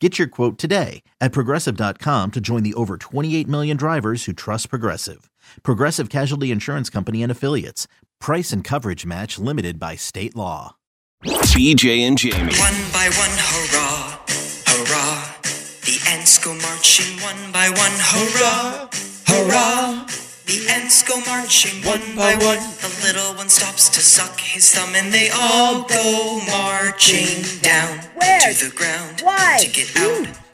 Get your quote today at progressive.com to join the over 28 million drivers who trust Progressive. Progressive Casualty Insurance Company and Affiliates. Price and coverage match limited by state law. BJ and Jamie. One by one, hurrah, hurrah. The ants go marching one by one, hurrah, hurrah. The ants go marching one by one. The little one stops to suck his thumb and they all go marching down Hmm. to the ground to get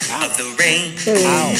out of the rain. Boom,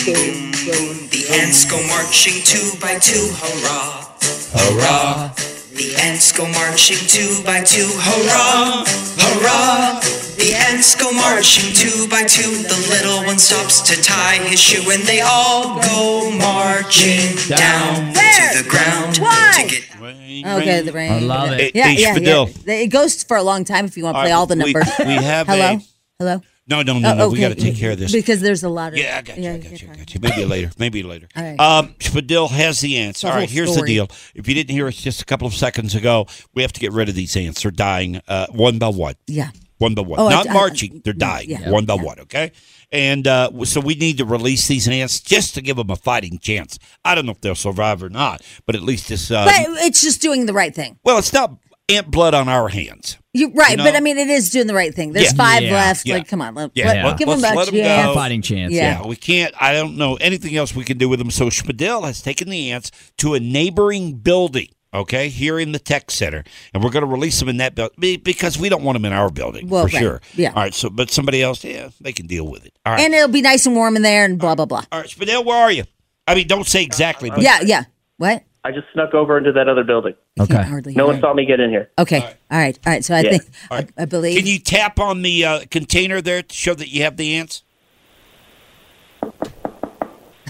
boom. The ants go marching two by two, hurrah, hurrah. The ants go marching two by two, hurrah, hurrah. The ants go marching two by two. The little one stops to tie his shoe, and they all go marching down to the ground to get Oh, Okay, the rain. I love it. Hey, hey, Eh, Spadil. It goes for a long time if you want to All play right, all the we- numbers. we have hello, a- hello. No, no, Uh, no, no. Oh, We okay. got to take care of this. because there's a lot of yeah, I got you. I got you're you. I fine. got you. Maybe later. Maybe later. All right. Um, Spadil has the ants. The All right. whole Here's story. the deal. If you didn't hear us just a couple of seconds ago, we have to get rid of these ants. They're dying uh, one by one. Yeah. One by one. Oh, I- Not I- marching. I- They're dying yeah, one by yeah. one. Okay. And uh, w- so we need to release these ants just to give them a fighting chance. I don't know if they'll survive or not, but at least it's. Uh, But it's just doing the right thing. well, it's not ant blood on our hands. You're right, You but know? I mean, it is doing the right thing. There's Yeah. five Yeah. left. Yeah. Like, come on, let, Yeah. let- Yeah. give them Let's a let 'em chance. go. Fighting chance. Yeah. Yeah, we can't. I don't know anything else we can do with them. So Spadil has taken the ants to a neighboring building. Okay, here in the tech center, and we're going to release them in that building because we don't want them in our building Well, for right. sure. Yeah. All right. So, but somebody else, yeah, they can deal with it. All right. And it'll be nice and warm in there, and blah blah blah. All right, Spadil, where are you? I mean, don't say exactly, but Yeah, yeah. What? I just snuck over into that other building. I Okay. can't hardly. No hear one it. saw me get in here. Okay. All right. All right. So I Yeah. think All right. I, I believe. can you tap on the uh, container there to show that you have the ants?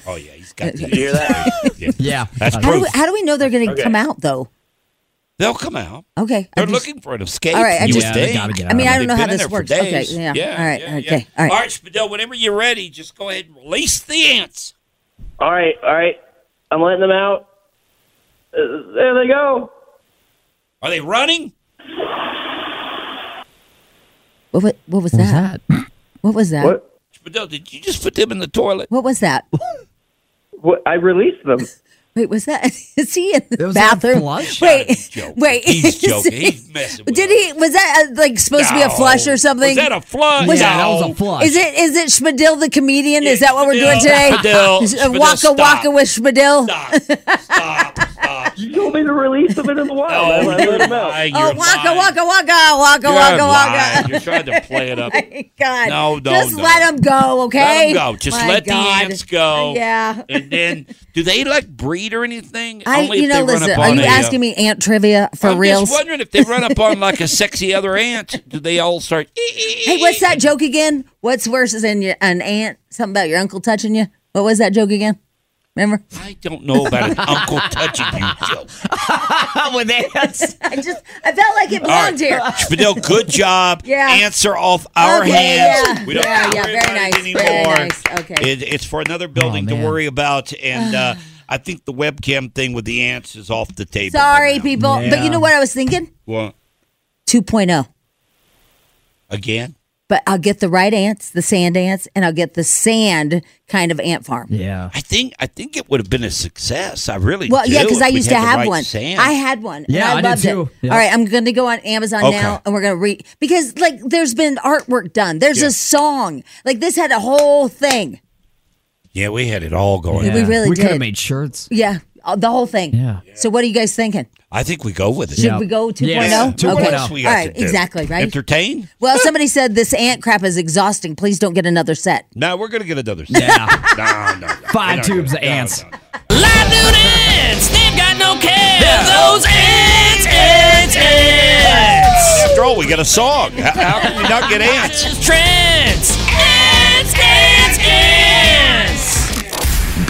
Oh yeah, he's got the You hear that? ants. Yeah. Yeah. That's how, do proof. we, how do we know they're going to Okay. come out though? They'll come out. Okay. I They're just- looking for an escape. All right, I You just- would Yeah, they think. gotta get I mean, out I of don't know They've how been in this there for works. Okay. days. Yeah. All right. okay. All right. All right, Spadil, whenever you're ready, just go ahead and release the ants. all right, all right. I'm letting them out. Uh, there they go. Are they running? What, wa- what was What was that? that? What was that? What, What? Spadil, did you just put them in the toilet? was that? What? I released them. Wait, was that? Is he in the It was a bathroom? flush? Wait, He's joking. wait. He's is joking. he- He's messing with Did us. he? Was that uh, like supposed to be a flush No. or something? Was that a flush? Was yeah, that- that was No. a flush. Is it? Is it Schmidil the comedian? is that what we're doing Schmidl, today? Schmidl, Is- uh, Schmidl, waka stop. waka with Schmidil. Stop. Stop. Stop. You told me to release them into the wild. I Oh, let you're them out. lying. Oh, You're waka lying. waka waka waka You're waka lying. waka. You're trying to play it up. My God. No, no, Just no. let him go, okay? Let 'em go. Just My let God. the ants go. Yeah. And then, do they like breed or anything? I, Only you if know, they run listen. up Are on you a, uh, asking me ant trivia for I'm reals? just wondering if they run up on like a sexy other ant, do they all start? Hey, what's that joke again? What's worse is in your an aunt? Something about your uncle touching you. What was that joke again? Remember? I don't know about an uncle touching you joke. with ants. I just I felt like it belonged here. Fidel, good job. Yeah. Answer off our Okay, hands. yeah. We don't Yeah, have to yeah, worry very about it nice, very anymore. nice. Okay. It, it's for another building to man. worry about, and uh, I think the webcam thing with the ants is off the table. Sorry, now. people. But you know what I was thinking? Well, 2.0. again. But I'll get the right ants, the sand ants, and I'll get the sand kind of ant farm. Yeah. I think I think it would have been a success. I really Well, do. yeah, because if I we used to had the have right one. sand. I had one. Yeah, I and did I, loved too. it. Yeah. All right, I'm going to go on Amazon Okay. now, and we're going to read because like there's been artwork done. There's Yeah. a song. Like this had a whole thing. yeah, we had it all going. We really We could did. have made shirts. Yeah. uh, the whole thing. Yeah. So what are you guys thinking? I think we go with it. Should we go 2.0? Yeah. oh. What else we got All to right, do? exactly, right? Entertain? Well, somebody said this ant crap is exhausting. Please don't get another set. No, we're going to get another. Yeah. no, no, no. Five tubes of ants. ants, they've got no care. Those ants, ants, ants. After all, we got a song. How, how can you not get ants? Trends, ants, ants, ants.